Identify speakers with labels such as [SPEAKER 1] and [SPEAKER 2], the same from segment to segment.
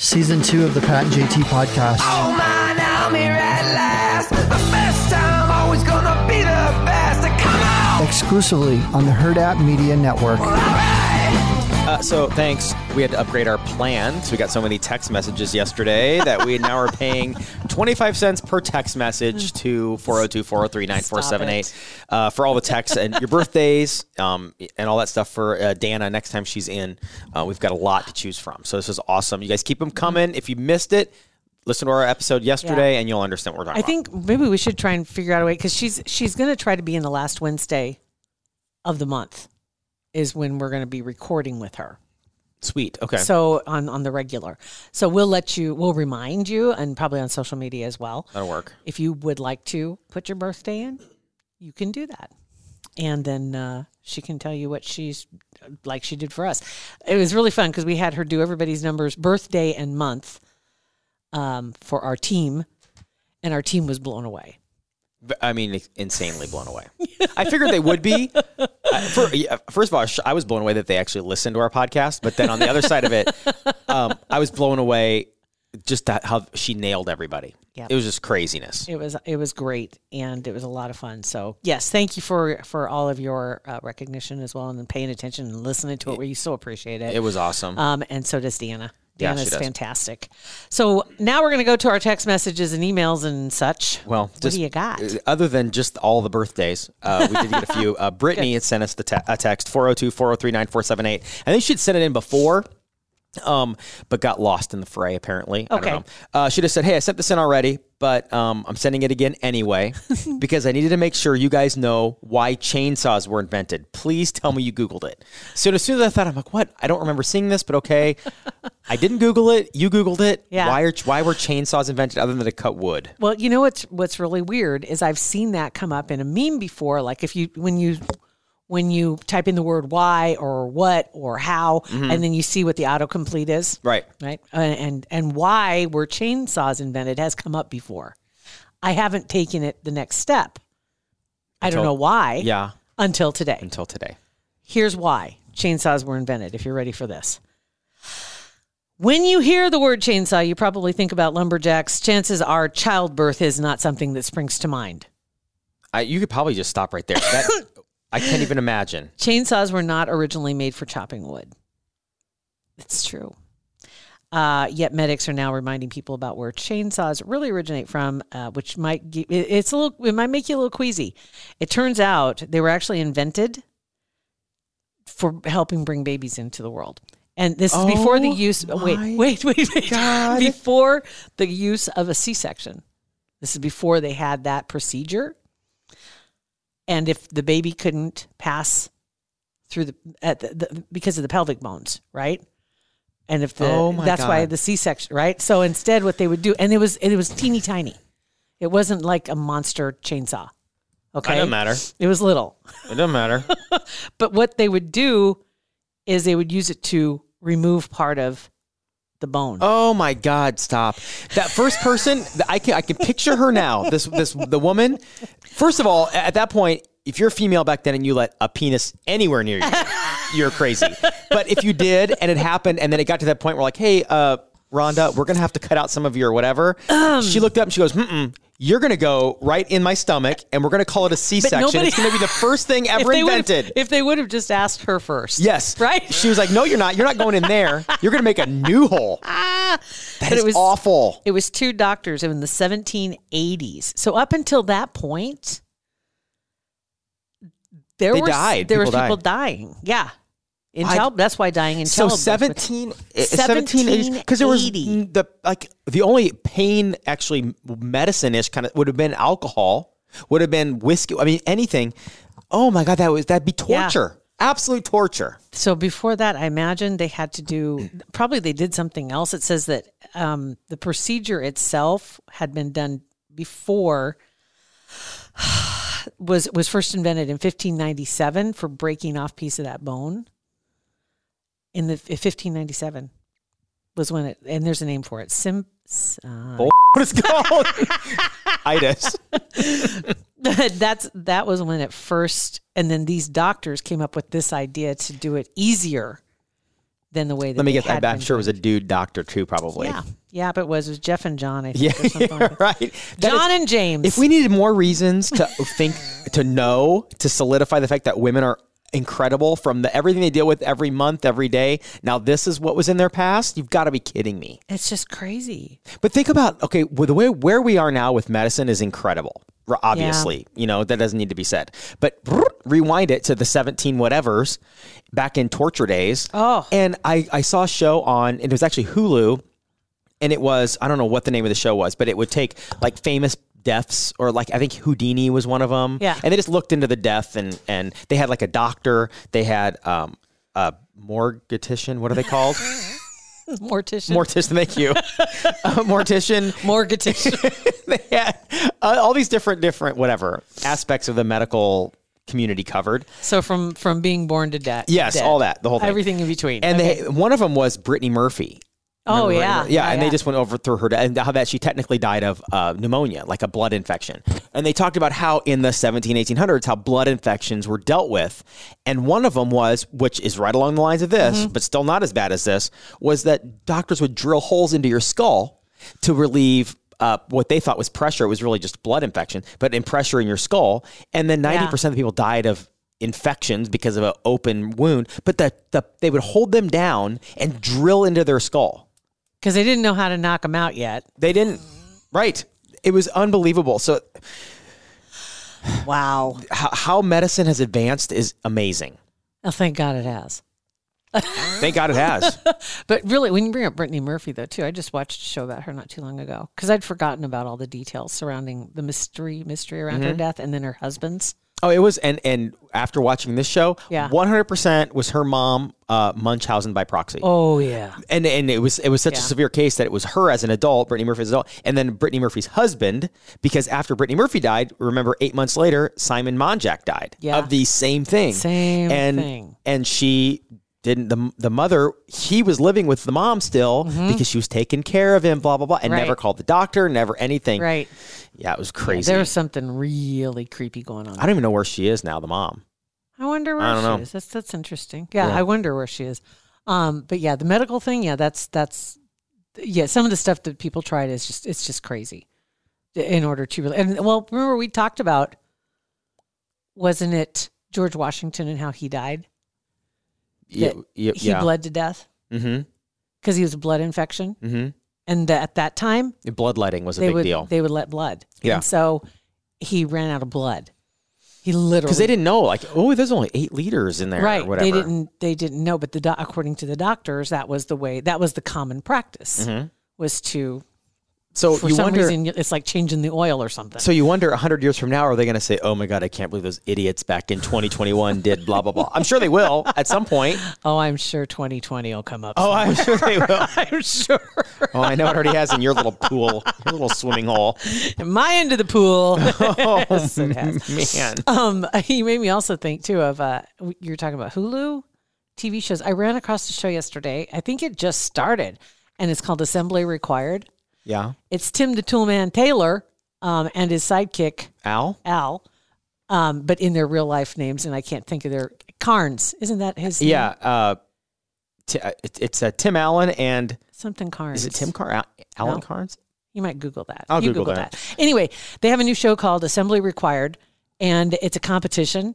[SPEAKER 1] Season two of the Pat and JT podcast.
[SPEAKER 2] Oh man, I'm here at last. The best time, always gonna be the best. Come on,
[SPEAKER 1] Exclusively on the Herd App Media Network.
[SPEAKER 3] Uh, so thanks. We had to upgrade our plan. So we got so many text messages yesterday that we now are paying 25 cents per text
[SPEAKER 4] Mm.
[SPEAKER 3] message to 402 403 9478 uh, for all the texts and your birthdays um, and all that stuff for uh, Dana next time she's in. Uh, we've got a lot to choose from. So this is awesome. You guys keep
[SPEAKER 4] Mm-hmm.
[SPEAKER 3] them coming. If you missed it, listen to our episode yesterday and you'll understand what we're talking
[SPEAKER 4] I think maybe we should try and figure out a way because she's she's going to try to be in the last Wednesday of the month is when we're going to be recording with her.
[SPEAKER 3] about. Sweet. Okay.
[SPEAKER 4] So on on the regular, so we'll let you we'll remind you and probably on social media as well.
[SPEAKER 3] That'll work.
[SPEAKER 4] If you would like to put your birthday in, you can do that, and then uh, she can tell you what she's like she did for us. It was really fun because we had her do everybody's numbers, birthday and month, um, for our team, and our team was blown away.
[SPEAKER 3] V- I mean, insanely blown away. I figured they would be. Uh, fir- yeah, first of all, I sh- I was blown away that they actually listened to our podcast. But then on the other side of it, um, I was blown away just that how she nailed everybody.
[SPEAKER 4] Yeah.
[SPEAKER 3] It was just craziness.
[SPEAKER 4] It was it was great and it was a lot of fun. So yes, thank you for for all of your uh, recognition as well and then paying attention and listening to it. We so appreciate it.
[SPEAKER 3] It was awesome.
[SPEAKER 4] Um, and so does Deanna.
[SPEAKER 3] Yeah, she
[SPEAKER 4] Deanna's
[SPEAKER 3] does.
[SPEAKER 4] fantastic. So now we're going to go to our text messages and emails and such.
[SPEAKER 3] well,
[SPEAKER 4] what
[SPEAKER 3] just,
[SPEAKER 4] do you got?
[SPEAKER 3] uh, Other than just all the birthdays, uh, we did get a few. Uh, Brittany had sent us the te- a text 402 403 9478. I think she'd sent it in before. um, but got lost in the fray apparently. I
[SPEAKER 4] Okay.
[SPEAKER 3] don't know. Uh, should have said, "Hey, I sent this in already, but um, I'm sending it again anyway because I needed to make sure you guys know why chainsaws were invented. Please tell me you Googled it." So as soon as I thought, I'm like, "What? I don't remember seeing this, but okay." I didn't Google it. You Googled it.
[SPEAKER 4] Yeah.
[SPEAKER 3] Why are why were chainsaws invented other than to cut wood?
[SPEAKER 4] Well, you know what's what's really weird is I've seen that come up in a meme before. Like if you when you when you type in the word why or what or how,
[SPEAKER 3] Mm-hmm.
[SPEAKER 4] and then you see what the autocomplete is.
[SPEAKER 3] Right.
[SPEAKER 4] right Uh, and and why were chainsaws invented has come up before i haven't taken it the next step i don't
[SPEAKER 3] Until-
[SPEAKER 4] know why
[SPEAKER 3] Yeah.
[SPEAKER 4] until today
[SPEAKER 3] Until today.
[SPEAKER 4] here's why chainsaws were invented if you're ready for this when you hear the word chainsaw you probably think about lumberjacks chances are childbirth is not something that springs to mind
[SPEAKER 3] I, you could probably just stop right there. That, I can't even imagine.
[SPEAKER 4] chainsaws were not originally made for chopping wood. It's true. Uh, yet medics are now reminding people about where chainsaws really originate from, uh, which might gi- it- it's a little it might make you a little queasy. It turns out they were actually invented for helping bring babies into the world. And this is before the
[SPEAKER 3] Oh
[SPEAKER 4] use.
[SPEAKER 3] my
[SPEAKER 4] Wait, wait, wait, wait.
[SPEAKER 3] God.
[SPEAKER 4] Before the use of a C-section. This is before they had that procedure. And if the baby couldn't pass through the, at the, the because of the pelvic bones, right? And if the
[SPEAKER 3] Oh my
[SPEAKER 4] that's why
[SPEAKER 3] God.
[SPEAKER 4] the C-section, right? So instead, what they would do, and it was it was teeny tiny. It wasn't like a monster chainsaw. Okay,
[SPEAKER 3] It doesn't matter.
[SPEAKER 4] It was little.
[SPEAKER 3] It doesn't matter.
[SPEAKER 4] But what they would do is they would use it to remove part of the bone.
[SPEAKER 3] Oh my God! Stop that first person. th- I can I can picture her now. This this the woman. First of all, a- at that point, if you're a female back then and you let a penis anywhere near you, you're crazy. But if you did and it happened, and then it got to that point where like, hey, uh, Rhonda, we're gonna have to cut out some of your whatever.
[SPEAKER 4] Um.
[SPEAKER 3] she looked up and she goes, Mm-mm, you're gonna go right in my stomach, and we're gonna call it a C-section.
[SPEAKER 4] nobody-
[SPEAKER 3] it's gonna be the first thing
[SPEAKER 4] if
[SPEAKER 3] ever
[SPEAKER 4] they would've-
[SPEAKER 3] invented.
[SPEAKER 4] If they would have just asked her first.
[SPEAKER 3] Yes.
[SPEAKER 4] Right?
[SPEAKER 3] She was like, "No, you're not. You're not going in there. You're going to make a new hole." That
[SPEAKER 4] Ah, But
[SPEAKER 3] is
[SPEAKER 4] it was
[SPEAKER 3] awful.
[SPEAKER 4] It was two doctors in the 1780s. So up until that point, there
[SPEAKER 3] They
[SPEAKER 4] were
[SPEAKER 3] died.
[SPEAKER 4] there were
[SPEAKER 3] People
[SPEAKER 4] people
[SPEAKER 3] died.
[SPEAKER 4] dying. Yeah. In
[SPEAKER 3] I-
[SPEAKER 4] child, that's why dying in
[SPEAKER 3] So eh,
[SPEAKER 4] childbirth.
[SPEAKER 3] 17, 1780s, because there was
[SPEAKER 4] 1780.
[SPEAKER 3] mm, the like the only pain actually medicine ish kind of would have been alcohol, would have been whiskey. I mean anything. Oh my god, that was that'd be
[SPEAKER 4] Yeah.
[SPEAKER 3] torture. Absolute torture.
[SPEAKER 4] So before that, I imagine they had to do probably they did something else. It says that um, the procedure itself had been done before was was first invented in 1597 for breaking off piece of that bone. In the in 1597 was when it and there's a name for it. Sim. Uh,
[SPEAKER 3] Bull- What is it called? Itis.
[SPEAKER 4] that's that was when it first, and then these doctors came up with this idea to do it easier than the way that
[SPEAKER 3] Let me
[SPEAKER 4] they
[SPEAKER 3] guess. I'm,
[SPEAKER 4] had
[SPEAKER 3] I'm
[SPEAKER 4] been
[SPEAKER 3] sure it was a dude doctor too, probably.
[SPEAKER 4] Yeah, yeah, but it was, it was Jeff and John, I think.
[SPEAKER 3] Yeah,
[SPEAKER 4] or something like
[SPEAKER 3] you're
[SPEAKER 4] that.
[SPEAKER 3] right. That is-
[SPEAKER 4] John and James.
[SPEAKER 3] If we needed more reasons to think, to know, to solidify the fact that women are incredible from the everything they deal with every month, every day. Now this is what was in their past. You've got to be kidding me.
[SPEAKER 4] it's just crazy.
[SPEAKER 3] But think about okay, well, the way where we are now with medicine is incredible. r- Obviously, you know that doesn't need to be said. But rewind it to the seventeen whatevers back in torture days.
[SPEAKER 4] Oh.
[SPEAKER 3] and I I saw a show on and it was actually Hulu, and it was I don't know what the name of the show was, but it would take like famous deaths or like I think Houdini was one of them.
[SPEAKER 4] Yeah.
[SPEAKER 3] and they just looked into the death and and they had like a doctor, they had um a mortician, what are they called?
[SPEAKER 4] Mortician,
[SPEAKER 3] mortician, thank you, a mortician
[SPEAKER 4] mortician.
[SPEAKER 3] they had uh, all these different different whatever aspects of the medical community covered.
[SPEAKER 4] so from from being born to death.
[SPEAKER 3] Yes,
[SPEAKER 4] dead.
[SPEAKER 3] all that, the whole thing.
[SPEAKER 4] everything in between.
[SPEAKER 3] And they one of them was Brittany Murphy.
[SPEAKER 4] oh
[SPEAKER 3] Remember
[SPEAKER 4] yeah,
[SPEAKER 3] Brittany Murphy? yeah, and they just went over through her and how that she technically died of uh, pneumonia, like a blood infection. And they talked about how in the 17, 1800s, how blood infections were dealt with. And one of them was, which is right along the lines of this, but still not as bad as this, was that doctors would drill holes into your skull to relieve uh, what they thought was pressure. It was really just blood infection, but in pressure in your skull. And then 90% of the people died of infections because of an open wound, but the, the, they would hold them down and drill into their skull.
[SPEAKER 4] because they didn't know how to knock them out yet.
[SPEAKER 3] They didn't. Right. It was unbelievable. So
[SPEAKER 4] Wow.
[SPEAKER 3] how, how medicine has advanced is amazing.
[SPEAKER 4] Oh, thank God it has.
[SPEAKER 3] Thank God it has.
[SPEAKER 4] But really, when you bring up Brittany Murphy, though, too, I just watched a show about her not too long ago because I'd forgotten about all the details surrounding the mystery mystery around
[SPEAKER 3] Mm-hmm.
[SPEAKER 4] her death and then her husband's.
[SPEAKER 3] oh, it was. And and after watching this show,
[SPEAKER 4] Yeah.
[SPEAKER 3] 100% was her mom uh, Munchausen by proxy.
[SPEAKER 4] Oh yeah,
[SPEAKER 3] And and it was it was such a
[SPEAKER 4] Yeah.
[SPEAKER 3] severe case that it was her as an adult, Brittany Murphy as an adult, and then Brittany Murphy's husband, because after Brittany Murphy died, remember eight months later, Simon Monjack died
[SPEAKER 4] Yeah.
[SPEAKER 3] of the same thing.
[SPEAKER 4] Same
[SPEAKER 3] and,
[SPEAKER 4] thing.
[SPEAKER 3] And she didn't the the mother he was living with the mom still because she was taking care of him, blah blah blah, and
[SPEAKER 4] Mm-hmm. Right.
[SPEAKER 3] never called the doctor, never anything.
[SPEAKER 4] right.
[SPEAKER 3] Yeah, it was crazy.
[SPEAKER 4] There was something really creepy going on.
[SPEAKER 3] I don't even know where she is now, the mom.
[SPEAKER 4] I wonder where
[SPEAKER 3] I don't
[SPEAKER 4] she
[SPEAKER 3] know.
[SPEAKER 4] is. That's that's interesting. Yeah, I wonder where she is. Um, but yeah, the medical thing. Yeah, that's that's yeah. Some of the stuff that people tried is just it's just crazy. In order to really and well, remember we talked about wasn't it George Washington and how he died?
[SPEAKER 3] Yeah,
[SPEAKER 4] That
[SPEAKER 3] yeah,
[SPEAKER 4] He
[SPEAKER 3] yeah.
[SPEAKER 4] bled to death
[SPEAKER 3] Mm-hmm.
[SPEAKER 4] because he was a blood infection,
[SPEAKER 3] Mm-hmm.
[SPEAKER 4] and at that time
[SPEAKER 3] Bloodletting was a
[SPEAKER 4] they
[SPEAKER 3] big
[SPEAKER 4] would
[SPEAKER 3] deal
[SPEAKER 4] they would let blood.
[SPEAKER 3] Yeah.
[SPEAKER 4] and so he ran out of blood. He literally
[SPEAKER 3] because they didn't know. Like, oh, there's only eight liters in there.
[SPEAKER 4] right
[SPEAKER 3] Or whatever.
[SPEAKER 4] they didn't they didn't know but the doc- according to the doctors that was the way that was the common practice was to
[SPEAKER 3] So
[SPEAKER 4] for
[SPEAKER 3] Mm-hmm. you
[SPEAKER 4] some
[SPEAKER 3] wonder.
[SPEAKER 4] reason it's like changing the oil or something
[SPEAKER 3] so you wonder, hundred years from now, are they going to say, "Oh my God, I can't believe those idiots back in 2021 did blah blah blah"? I'm sure they will at some point.
[SPEAKER 4] oh i'm sure 2020 will come up
[SPEAKER 3] Oh, I'm sure they will.
[SPEAKER 4] i'm sure
[SPEAKER 3] Oh, I know it already has in your little pool, your little swimming hole.
[SPEAKER 4] my end of the pool Yes, it has.
[SPEAKER 3] Oh, Man,
[SPEAKER 4] um you made me also think too of uh you're talking about hulu tv shows i ran across a show yesterday i think it just started and it's called assembly required
[SPEAKER 3] yeah.
[SPEAKER 4] it's tim the toolman taylor um, and his sidekick
[SPEAKER 3] Al,
[SPEAKER 4] Al, um, but in their real life names, and I can't think of their Carnes. Isn't that his? name?
[SPEAKER 3] yeah. Uh, t- uh, it- it's uh, Tim Allen and
[SPEAKER 4] something Carnes.
[SPEAKER 3] is it Tim Car Al- Alan
[SPEAKER 4] No.
[SPEAKER 3] Carnes?
[SPEAKER 4] You might Google that.
[SPEAKER 3] I'll
[SPEAKER 4] you
[SPEAKER 3] Google that.
[SPEAKER 4] Anyway, they have a new show called Assembly Required, and it's a competition.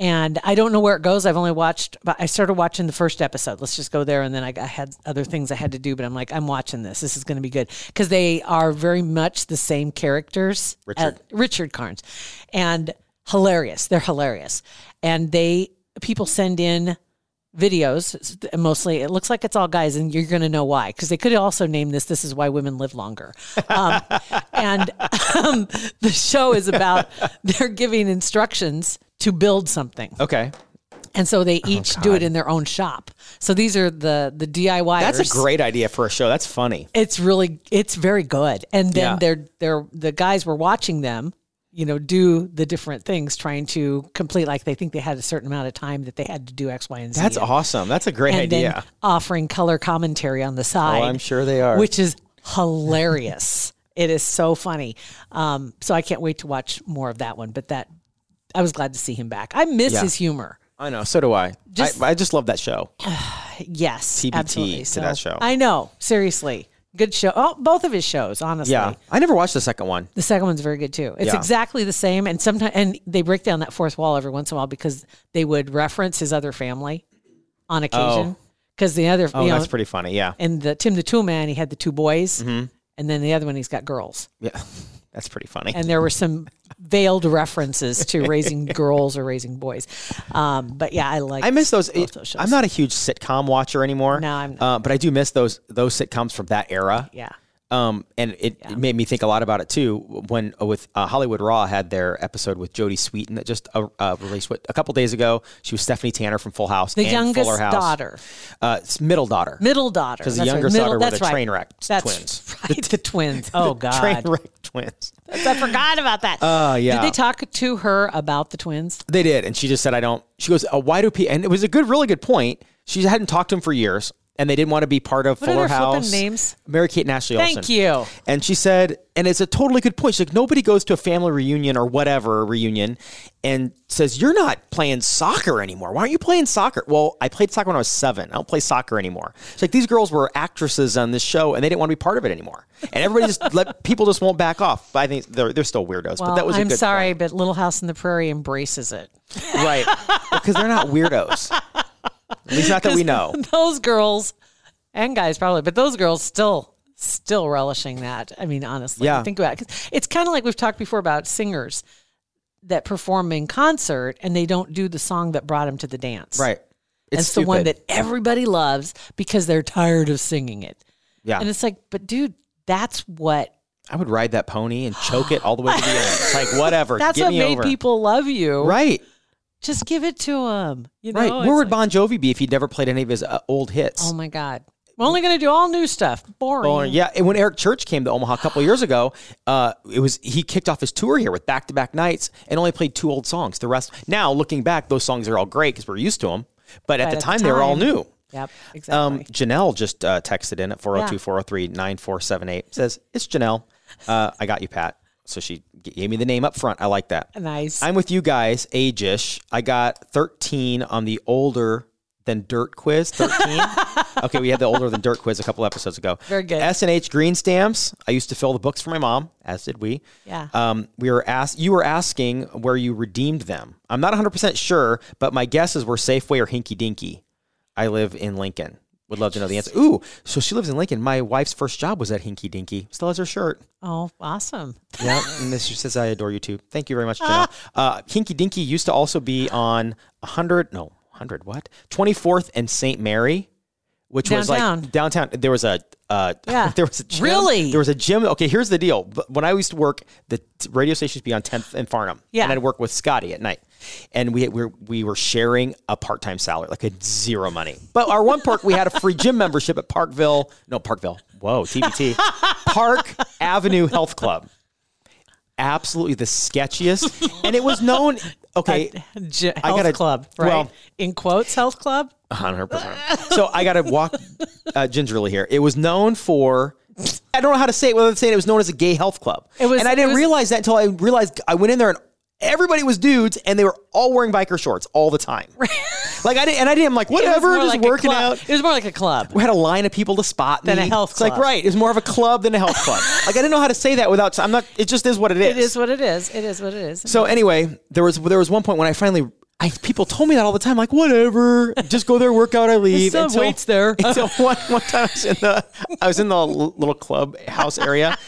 [SPEAKER 4] And I don't know where it goes. I've only watched, but I started watching the first episode. Let's just go there. And then I, I had other things I had to do, but I'm like, I'm watching this. This is going to be good because they are very much the same characters.
[SPEAKER 3] Richard.
[SPEAKER 4] as- Richard Carnes, and hilarious. They're hilarious, and they people send in videos mostly it looks like it's all guys and you're going to know why because they could also name this this is why women live longer um, and um, the show is about they're giving instructions to build something
[SPEAKER 3] Okay.
[SPEAKER 4] And so
[SPEAKER 3] Oh,
[SPEAKER 4] they each do it in their own shop. So these are the the DIY.
[SPEAKER 3] That's a great idea for a show. That's funny.
[SPEAKER 4] It's really it's very good. And then
[SPEAKER 3] Yeah.
[SPEAKER 4] they're they're the guys were watching them, you know, do the different things, trying to complete like they think they had a certain amount of time that they had to do X, Y, and Z.
[SPEAKER 3] That's
[SPEAKER 4] and,
[SPEAKER 3] awesome. That's a great
[SPEAKER 4] and
[SPEAKER 3] idea.
[SPEAKER 4] then offering color commentary on the
[SPEAKER 3] oh,
[SPEAKER 4] side.
[SPEAKER 3] I'm sure they are.
[SPEAKER 4] Which is hilarious. it is so funny. Um, so I can't wait to watch more of that one. But that I was glad to see him back. I miss
[SPEAKER 3] Yeah.
[SPEAKER 4] his humor.
[SPEAKER 3] I know. So do I.
[SPEAKER 4] Just-
[SPEAKER 3] I. I just love that show.
[SPEAKER 4] Yes,
[SPEAKER 3] TBT
[SPEAKER 4] absolutely.
[SPEAKER 3] to that show.
[SPEAKER 4] I know. Seriously, good show. Oh, both of his shows, honestly.
[SPEAKER 3] Yeah. I never watched the second one.
[SPEAKER 4] The second one's very good too. It's
[SPEAKER 3] Yeah.
[SPEAKER 4] exactly the same, and sometimes and they break down that fourth wall every once in a while because they would reference his other family on occasion. Because the other,
[SPEAKER 3] Oh,
[SPEAKER 4] you know,
[SPEAKER 3] that's pretty funny. Yeah.
[SPEAKER 4] and the Tim the Tool Man, he had the two boys,
[SPEAKER 3] Mm-hmm.
[SPEAKER 4] and then the other one, he's got girls.
[SPEAKER 3] Yeah. That's pretty funny.
[SPEAKER 4] and there were some veiled references to raising girls or raising boys. Um, but yeah, I like.
[SPEAKER 3] I miss those.
[SPEAKER 4] both those shows.
[SPEAKER 3] I'm not a huge sitcom watcher anymore.
[SPEAKER 4] No, I'm not.
[SPEAKER 3] Uh, but I do miss those those sitcoms from that era.
[SPEAKER 4] Yeah.
[SPEAKER 3] Um, and it, it made me think a lot about it too when uh, with uh, Hollywood Raw had their episode with Jodie Sweetin that just uh, uh, released what, a couple days ago. She was Stephanie Tanner from Full House,
[SPEAKER 4] The
[SPEAKER 3] and
[SPEAKER 4] youngest
[SPEAKER 3] Fuller House.
[SPEAKER 4] daughter,
[SPEAKER 3] uh, it's middle daughter,
[SPEAKER 4] middle daughter,
[SPEAKER 3] 'Cause the
[SPEAKER 4] That's
[SPEAKER 3] younger
[SPEAKER 4] middle-
[SPEAKER 3] daughter were
[SPEAKER 4] that's
[SPEAKER 3] the
[SPEAKER 4] right.
[SPEAKER 3] train wreck
[SPEAKER 4] That's
[SPEAKER 3] twins.
[SPEAKER 4] right, the twins. Oh God,
[SPEAKER 3] train wreck twins.
[SPEAKER 4] I forgot about that.
[SPEAKER 3] Uh, yeah.
[SPEAKER 4] Did they talk to her about the twins?
[SPEAKER 3] They did, and she just said, "I don't." She goes, uh, "Why do people?" And it was a good, really good point. She hadn't talked to him for years, and they didn't want to be part of
[SPEAKER 4] What are
[SPEAKER 3] Fuller
[SPEAKER 4] their flippin'
[SPEAKER 3] House.
[SPEAKER 4] names?
[SPEAKER 3] Mary Kate and Ashley.
[SPEAKER 4] Thank
[SPEAKER 3] Olsen.
[SPEAKER 4] you.
[SPEAKER 3] And she said, and it's a totally good point. She's like, nobody goes to a family reunion or whatever reunion, and says, "You're not playing soccer anymore. Why aren't you playing soccer?" Well, I played soccer when I was seven. I don't play soccer anymore. It's like these girls were actresses on this show, and they didn't want to be part of it anymore. And everybody just let people just won't back off. But I think they're they're still weirdos.
[SPEAKER 4] Well,
[SPEAKER 3] but that was a
[SPEAKER 4] I'm
[SPEAKER 3] good
[SPEAKER 4] sorry,
[SPEAKER 3] point.
[SPEAKER 4] but Little House on the Prairie embraces it.
[SPEAKER 3] Right. Because they're not weirdos. At least not that we know.
[SPEAKER 4] those girls and guys probably, but those girls still still relishing that. I mean, honestly,
[SPEAKER 3] Yeah.
[SPEAKER 4] think about it. 'Cause It's kind of like we've talked before about singers that perform in concert and they don't do the song that brought them to the dance.
[SPEAKER 3] Right. It's
[SPEAKER 4] It's, the one
[SPEAKER 3] stupid.
[SPEAKER 4] that everybody loves because they're tired of singing it.
[SPEAKER 3] Yeah.
[SPEAKER 4] And it's like, but dude, that's what
[SPEAKER 3] I would ride that pony and choke it all the way to the end. It's like whatever.
[SPEAKER 4] that's
[SPEAKER 3] get
[SPEAKER 4] what
[SPEAKER 3] me
[SPEAKER 4] made
[SPEAKER 3] over.
[SPEAKER 4] people love you.
[SPEAKER 3] Right.
[SPEAKER 4] Just give it to them. You know?
[SPEAKER 3] Right.
[SPEAKER 4] It's
[SPEAKER 3] Where would
[SPEAKER 4] like,
[SPEAKER 3] Bon Jovi be if he'd never played any of his uh, old hits?
[SPEAKER 4] Oh my god. We're only going to do all new stuff. Boring.
[SPEAKER 3] Well, yeah, and when Eric Church came to Omaha a couple years ago, uh, it was he kicked off his tour here with back-to-back nights and only played two old songs. The rest, now looking back, those songs are all great because we're used to them. But at,
[SPEAKER 4] But
[SPEAKER 3] the, time, they were all new.
[SPEAKER 4] Yep. Exactly.
[SPEAKER 3] Um, Janelle just uh, texted in at 402 403 9478. Says, It's Janelle. Uh, I got you, Pat. So she g- gave me the name up front. I like that.
[SPEAKER 4] Nice.
[SPEAKER 3] I'm with you guys, age ish. I got 13 on the older than dirt quiz. 13? okay, we had the older than dirt quiz a couple episodes ago.
[SPEAKER 4] Very good.
[SPEAKER 3] S and H green stamps. I used to fill the books for my mom, as did we.
[SPEAKER 4] Yeah.
[SPEAKER 3] Um, we were asked. You were asking where you redeemed them. I'm not 100 percent sure, but my guess is we're Safeway or Hinky Dinky. I live in Lincoln. Would love to know the answer. Ooh, so she lives in Lincoln. My wife's first job was at Hinky Dinky. Still has her shirt.
[SPEAKER 4] Oh, awesome.
[SPEAKER 3] Yeah, and this she says, I adore you too. Thank you very much, Janelle.
[SPEAKER 4] Ah.
[SPEAKER 3] Uh, Hinky Dinky used to also be on 100, no, 100, what? 24th and St. Mary, which was
[SPEAKER 4] Downtown.
[SPEAKER 3] like downtown. There was a, uh,
[SPEAKER 4] Yeah.
[SPEAKER 3] there was a gym.
[SPEAKER 4] Really?
[SPEAKER 3] There was a gym. Okay, here's the deal. But When I used to work, the t- radio station used to be on 10th and Farnham.
[SPEAKER 4] Yeah.
[SPEAKER 3] And I'd work with Scotty at night. And we, we, were, we were sharing a part time salary, like a zero money. But our one perk, we had a free gym membership at Parkville. No, Parkville. Whoa, TBT. Park Avenue Health Club absolutely the sketchiest, and it was known. Okay,
[SPEAKER 4] J- health
[SPEAKER 3] I gotta-
[SPEAKER 4] club, right?
[SPEAKER 3] well-
[SPEAKER 4] in quotes, health club.
[SPEAKER 3] hundred percent. So I got to walk uh, gingerly here. It was known for. I don't know how to say it. Whether to say it, it was known as a gay health club,
[SPEAKER 4] It was-
[SPEAKER 3] and I
[SPEAKER 4] it
[SPEAKER 3] didn't
[SPEAKER 4] was-
[SPEAKER 3] realize that until I realized I went in there and everybody was dudes, and they were all wearing biker shorts all the time. like I didn't, and I didn't. I'm like
[SPEAKER 4] It was
[SPEAKER 3] whatever,
[SPEAKER 4] more
[SPEAKER 3] just
[SPEAKER 4] like a
[SPEAKER 3] working
[SPEAKER 4] club.
[SPEAKER 3] out.
[SPEAKER 4] It was more like a club.
[SPEAKER 3] We had a line of people to spot
[SPEAKER 4] Than
[SPEAKER 3] me.
[SPEAKER 4] a health
[SPEAKER 3] It's like
[SPEAKER 4] club.
[SPEAKER 3] right. It was more of a club than a health club. like I didn't know how to say that without. I'm not. It just is what it is.
[SPEAKER 4] It is what it is. It is what it is.
[SPEAKER 3] So anyway, there was there was one point when I finally I people told me that all the time, like whatever, just go there, work out, I leave.
[SPEAKER 4] still have weights there.
[SPEAKER 3] until one one time I was in the I was in the l- little club house area,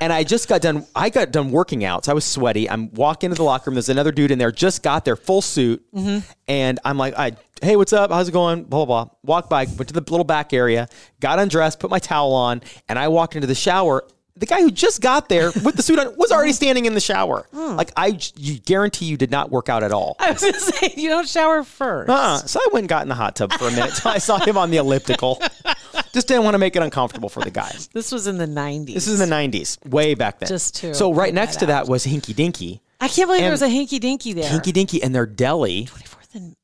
[SPEAKER 3] and I just got done. I got done working out, so I was sweaty. I'm walking into the locker room. There's another dude in there, just got there, full suit, and I'm like, I hey, what's up? How's it going? Blah blah blah. Walk by, went to the little back area, got undressed, put my towel on, and I walked into the shower. the guy who just got there with the suit on was already standing in the shower. Like I j- you guarantee you did not work out at all.
[SPEAKER 4] I was going to say, you don't shower first.
[SPEAKER 3] Uh, so I went and got in the hot tub for a minute till I saw him on the elliptical. Just didn't want to make it uncomfortable for the guy.
[SPEAKER 4] This was in the 90s.
[SPEAKER 3] This is in the 90s, way back then.
[SPEAKER 4] Just to
[SPEAKER 3] So right
[SPEAKER 4] point
[SPEAKER 3] next
[SPEAKER 4] that
[SPEAKER 3] to that was Hinky Dinky.
[SPEAKER 4] I can't believe there
[SPEAKER 3] and-
[SPEAKER 4] was a hinky dinky there.
[SPEAKER 3] Hinky Dinky and their deli.
[SPEAKER 4] 24th and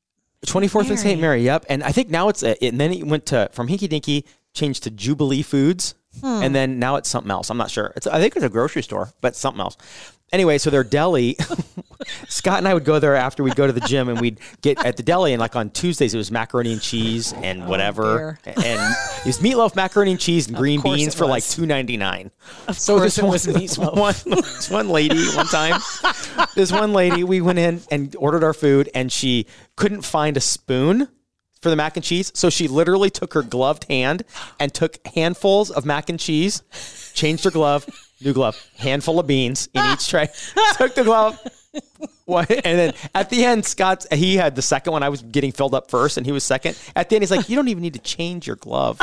[SPEAKER 3] 24th and St.
[SPEAKER 4] Mary.
[SPEAKER 3] Mary, yep. And I think now it's, a, and then it went to, from Hinky Dinky, changed to Jubilee Foods.
[SPEAKER 4] Hmm.
[SPEAKER 3] And then now it's something else. I'm not sure. It's, I think it's a grocery store, but something else. Anyway, so their deli, Scott and I would go there after we'd go to the gym and we'd get at the deli. And like on Tuesdays, it was macaroni and cheese and whatever.
[SPEAKER 4] Oh, dear.
[SPEAKER 3] and it was meatloaf, macaroni and cheese, and green
[SPEAKER 4] course
[SPEAKER 3] beans
[SPEAKER 4] it
[SPEAKER 3] for like
[SPEAKER 4] was.
[SPEAKER 3] two ninety nine.
[SPEAKER 4] So course it was
[SPEAKER 3] this
[SPEAKER 4] meatloaf.
[SPEAKER 3] one, this one lady one time, this one lady, we went in and ordered our food, and she couldn't find a spoon for the mac and cheese, so she literally took her gloved hand and took handfuls of mac and cheese, changed her glove, new glove, handful of beans in each tray, took the glove. What? And then at the end, Scott, he had the second one. I was getting filled up first, and he was second. At the end, he's like, "You don't even need to change your glove.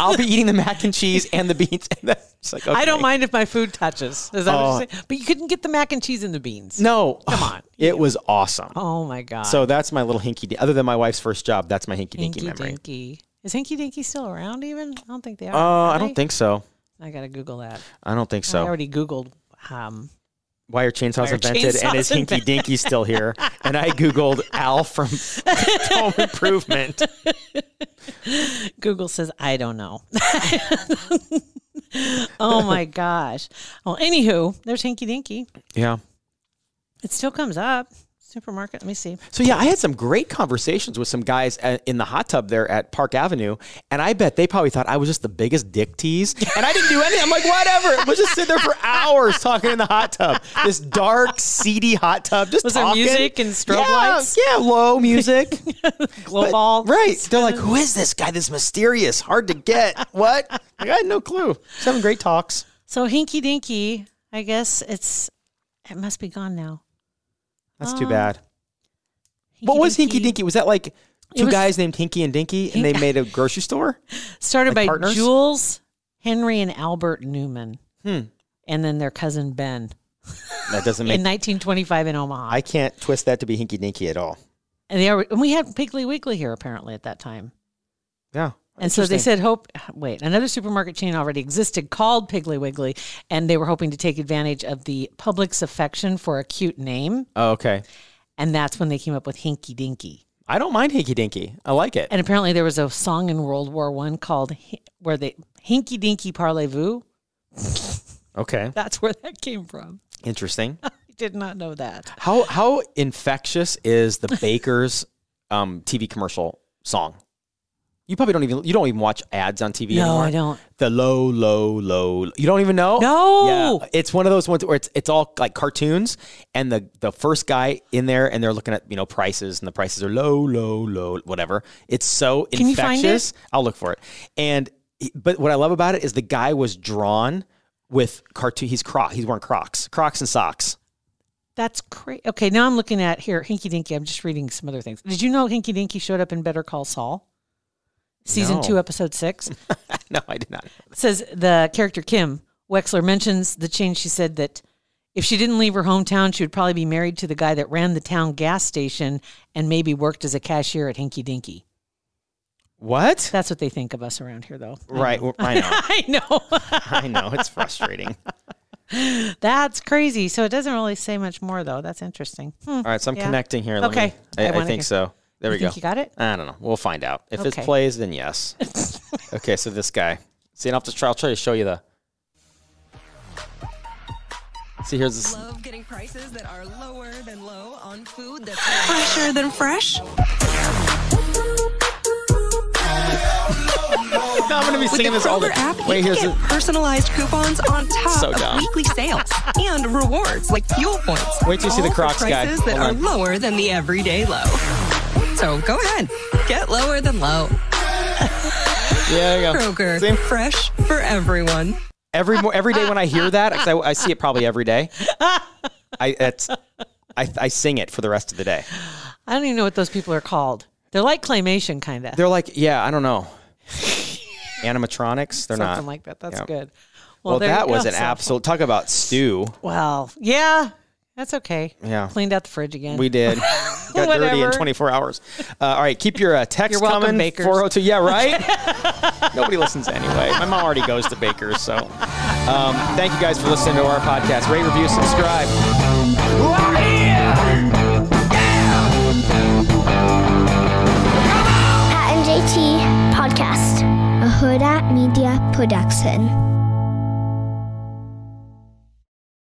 [SPEAKER 3] I'll be eating the mac and cheese and the beans." And then it's like,
[SPEAKER 4] I don't
[SPEAKER 3] okay. Oh.
[SPEAKER 4] mind if my food touches. Is that what you're saying? But you couldn't get the mac and cheese and the beans.
[SPEAKER 3] No, come on. It was awesome.
[SPEAKER 4] Oh my god.
[SPEAKER 3] So that's my little hinky. Other than my wife's first job, that's my hinky dinky
[SPEAKER 4] Hinky
[SPEAKER 3] memory.
[SPEAKER 4] Dinky. Is Hinky Dinky still around even? I don't think they are.
[SPEAKER 3] Uh,
[SPEAKER 4] are
[SPEAKER 3] I
[SPEAKER 4] they?
[SPEAKER 3] don't think so.
[SPEAKER 4] I gotta Google that.
[SPEAKER 3] I don't think
[SPEAKER 4] I
[SPEAKER 3] so.
[SPEAKER 4] already Googled um
[SPEAKER 3] Why are chainsaws
[SPEAKER 4] Why are
[SPEAKER 3] invented and is
[SPEAKER 4] chainsaws
[SPEAKER 3] hinky dinky still here? And I googled Al from Home Improvement.
[SPEAKER 4] Google says I don't know. oh my gosh. Well, anywho, there's Hinky Dinky.
[SPEAKER 3] Yeah.
[SPEAKER 4] It still comes up. Supermarket. Let me see.
[SPEAKER 3] So yeah, I had some great conversations with some guys at, in the hot tub there at Park Avenue, and I bet they probably thought I was just the biggest dick tease, and I didn't do anything. I'm like, whatever. We'll just sit there for hours talking in the hot tub, this dark, seedy hot tub. Just
[SPEAKER 4] Was there
[SPEAKER 3] talking.
[SPEAKER 4] music and strobe
[SPEAKER 3] yeah,
[SPEAKER 4] lights?
[SPEAKER 3] Yeah, low music.
[SPEAKER 4] Glow
[SPEAKER 3] But-
[SPEAKER 4] ball.
[SPEAKER 3] Right. They're like, who is this guy? This mysterious, hard to get. What? Like, I had no clue. Just having great talks.
[SPEAKER 4] So Hinky Dinky, I guess it's it must be gone now.
[SPEAKER 3] That's
[SPEAKER 4] Um,
[SPEAKER 3] too bad. What was Hinky Dinky? Was that like two
[SPEAKER 4] was-
[SPEAKER 3] guys named Hinky and Dinky, and they made a grocery store?
[SPEAKER 4] Started by
[SPEAKER 3] Like partners?
[SPEAKER 4] Jules, Henry, and Albert Newman.
[SPEAKER 3] Hmm.
[SPEAKER 4] And then their cousin Ben
[SPEAKER 3] That doesn't
[SPEAKER 4] in 1925 in Omaha.
[SPEAKER 3] I can't twist that to be hinky dinky at all.
[SPEAKER 4] and they are, and we had Piggly Wiggly here apparently at that time.
[SPEAKER 3] Yeah.
[SPEAKER 4] And so they said, hope, wait, another supermarket chain already existed called Piggly Wiggly, and they were hoping to take advantage of the public's affection for a cute name.
[SPEAKER 3] Oh, okay.
[SPEAKER 4] And that's when they came up with Hinky Dinky.
[SPEAKER 3] I don't mind hinky dinky. I like it.
[SPEAKER 4] And apparently there was a song in World War One called Hi- where they Hinky Dinky Parlez-Vous.
[SPEAKER 3] Okay.
[SPEAKER 4] That's where that came from.
[SPEAKER 3] Interesting.
[SPEAKER 4] I did not know that.
[SPEAKER 3] How how infectious is the Baker's um, TV commercial song? You probably don't even you don't even watch ads on TV
[SPEAKER 4] No,
[SPEAKER 3] anymore.
[SPEAKER 4] I don't.
[SPEAKER 3] The low, low, low. You don't even know?
[SPEAKER 4] No.
[SPEAKER 3] Yeah. It's one of those ones where it's it's all like cartoons and the the first guy in there and they're looking at, you know, prices and the prices are low, low, low, whatever. It's so
[SPEAKER 4] you find it?
[SPEAKER 3] infectious. I'll look for it. And but what I love about it is the guy was drawn with cartoon he's croc he's wearing crocs. Crocs and socks.
[SPEAKER 4] That's crazy. Okay, now I'm looking at here Hinky Dinky. I'm just reading some other things. Did you know Hinky Dinky showed up in Better Call Saul? Season
[SPEAKER 3] No.
[SPEAKER 4] 2 episode 6 It
[SPEAKER 3] no, I did not.
[SPEAKER 4] says the character Kim Wexler mentions the change she said that if she didn't leave her hometown she would probably be married to the guy that ran the town gas station and maybe worked as a cashier at Hinky Dinky.
[SPEAKER 3] What?
[SPEAKER 4] That's what they think of us around here though.
[SPEAKER 3] Right. well, I know.
[SPEAKER 4] I know.
[SPEAKER 3] I know. It's frustrating.
[SPEAKER 4] That's crazy. So it doesn't really say much more, though. That's interesting. Hmm.
[SPEAKER 3] All right. So I'm
[SPEAKER 4] Yeah.
[SPEAKER 3] connecting here. Let
[SPEAKER 4] Okay.
[SPEAKER 3] Me,
[SPEAKER 4] I
[SPEAKER 3] I, I,
[SPEAKER 4] wanna
[SPEAKER 3] think
[SPEAKER 4] hear.
[SPEAKER 3] so. There we
[SPEAKER 4] think
[SPEAKER 3] go.
[SPEAKER 4] you got it?
[SPEAKER 3] I don't know. We'll find out. If
[SPEAKER 4] Okay.
[SPEAKER 3] it plays, then yes. okay. So this guy. See, and I'll, have to try, I'll try to show you the. See, here's this.
[SPEAKER 5] Love getting prices that are lower than low on food that's fresher than fresh.
[SPEAKER 3] I'm going to be singing
[SPEAKER 5] With
[SPEAKER 3] this
[SPEAKER 5] the
[SPEAKER 3] all the
[SPEAKER 5] Kroger app,
[SPEAKER 3] Wait,
[SPEAKER 5] you
[SPEAKER 3] here's
[SPEAKER 5] can
[SPEAKER 3] the.
[SPEAKER 5] get personalized coupons on top
[SPEAKER 3] So
[SPEAKER 5] of
[SPEAKER 3] dumb.
[SPEAKER 5] weekly sales and rewards like fuel points.
[SPEAKER 3] Wait till you see the
[SPEAKER 5] All for
[SPEAKER 3] Crocs guy.
[SPEAKER 5] prices that
[SPEAKER 3] Hold
[SPEAKER 5] are
[SPEAKER 3] on.
[SPEAKER 5] lower than the everyday low. So go ahead, get lower than low.
[SPEAKER 3] Yeah, there you go.
[SPEAKER 5] Kroger,
[SPEAKER 3] See?
[SPEAKER 5] fresh for everyone.
[SPEAKER 3] Every, mo- every day when I hear that, 'cause I, I see it probably every day, I, that's, I, I sing it for the rest of the day.
[SPEAKER 4] I don't even know what those people are called. They're like claymation, kind of.
[SPEAKER 3] They're like, yeah, I don't know. Animatronics? They're not.
[SPEAKER 4] Something like that. That's
[SPEAKER 3] Yeah.
[SPEAKER 4] good.
[SPEAKER 3] Well,
[SPEAKER 4] there you
[SPEAKER 3] that was
[SPEAKER 4] go.
[SPEAKER 3] an
[SPEAKER 4] So-
[SPEAKER 3] absolute talk about stew.
[SPEAKER 4] Well, yeah, that's okay.
[SPEAKER 3] Yeah.
[SPEAKER 4] Cleaned out the fridge again.
[SPEAKER 3] We did. Got dirty in
[SPEAKER 4] Whatever.
[SPEAKER 3] 24 hours. Uh, all right, keep your uh, text
[SPEAKER 4] You're welcome,
[SPEAKER 3] coming.
[SPEAKER 4] Bakers.
[SPEAKER 3] 402. Yeah, right? Nobody listens anyway. My mom already goes to Baker's. So um, thank you guys for listening to our podcast. Rate, review, subscribe.
[SPEAKER 2] We're here.
[SPEAKER 6] Pat and JT Podcast, a Huda Media Production.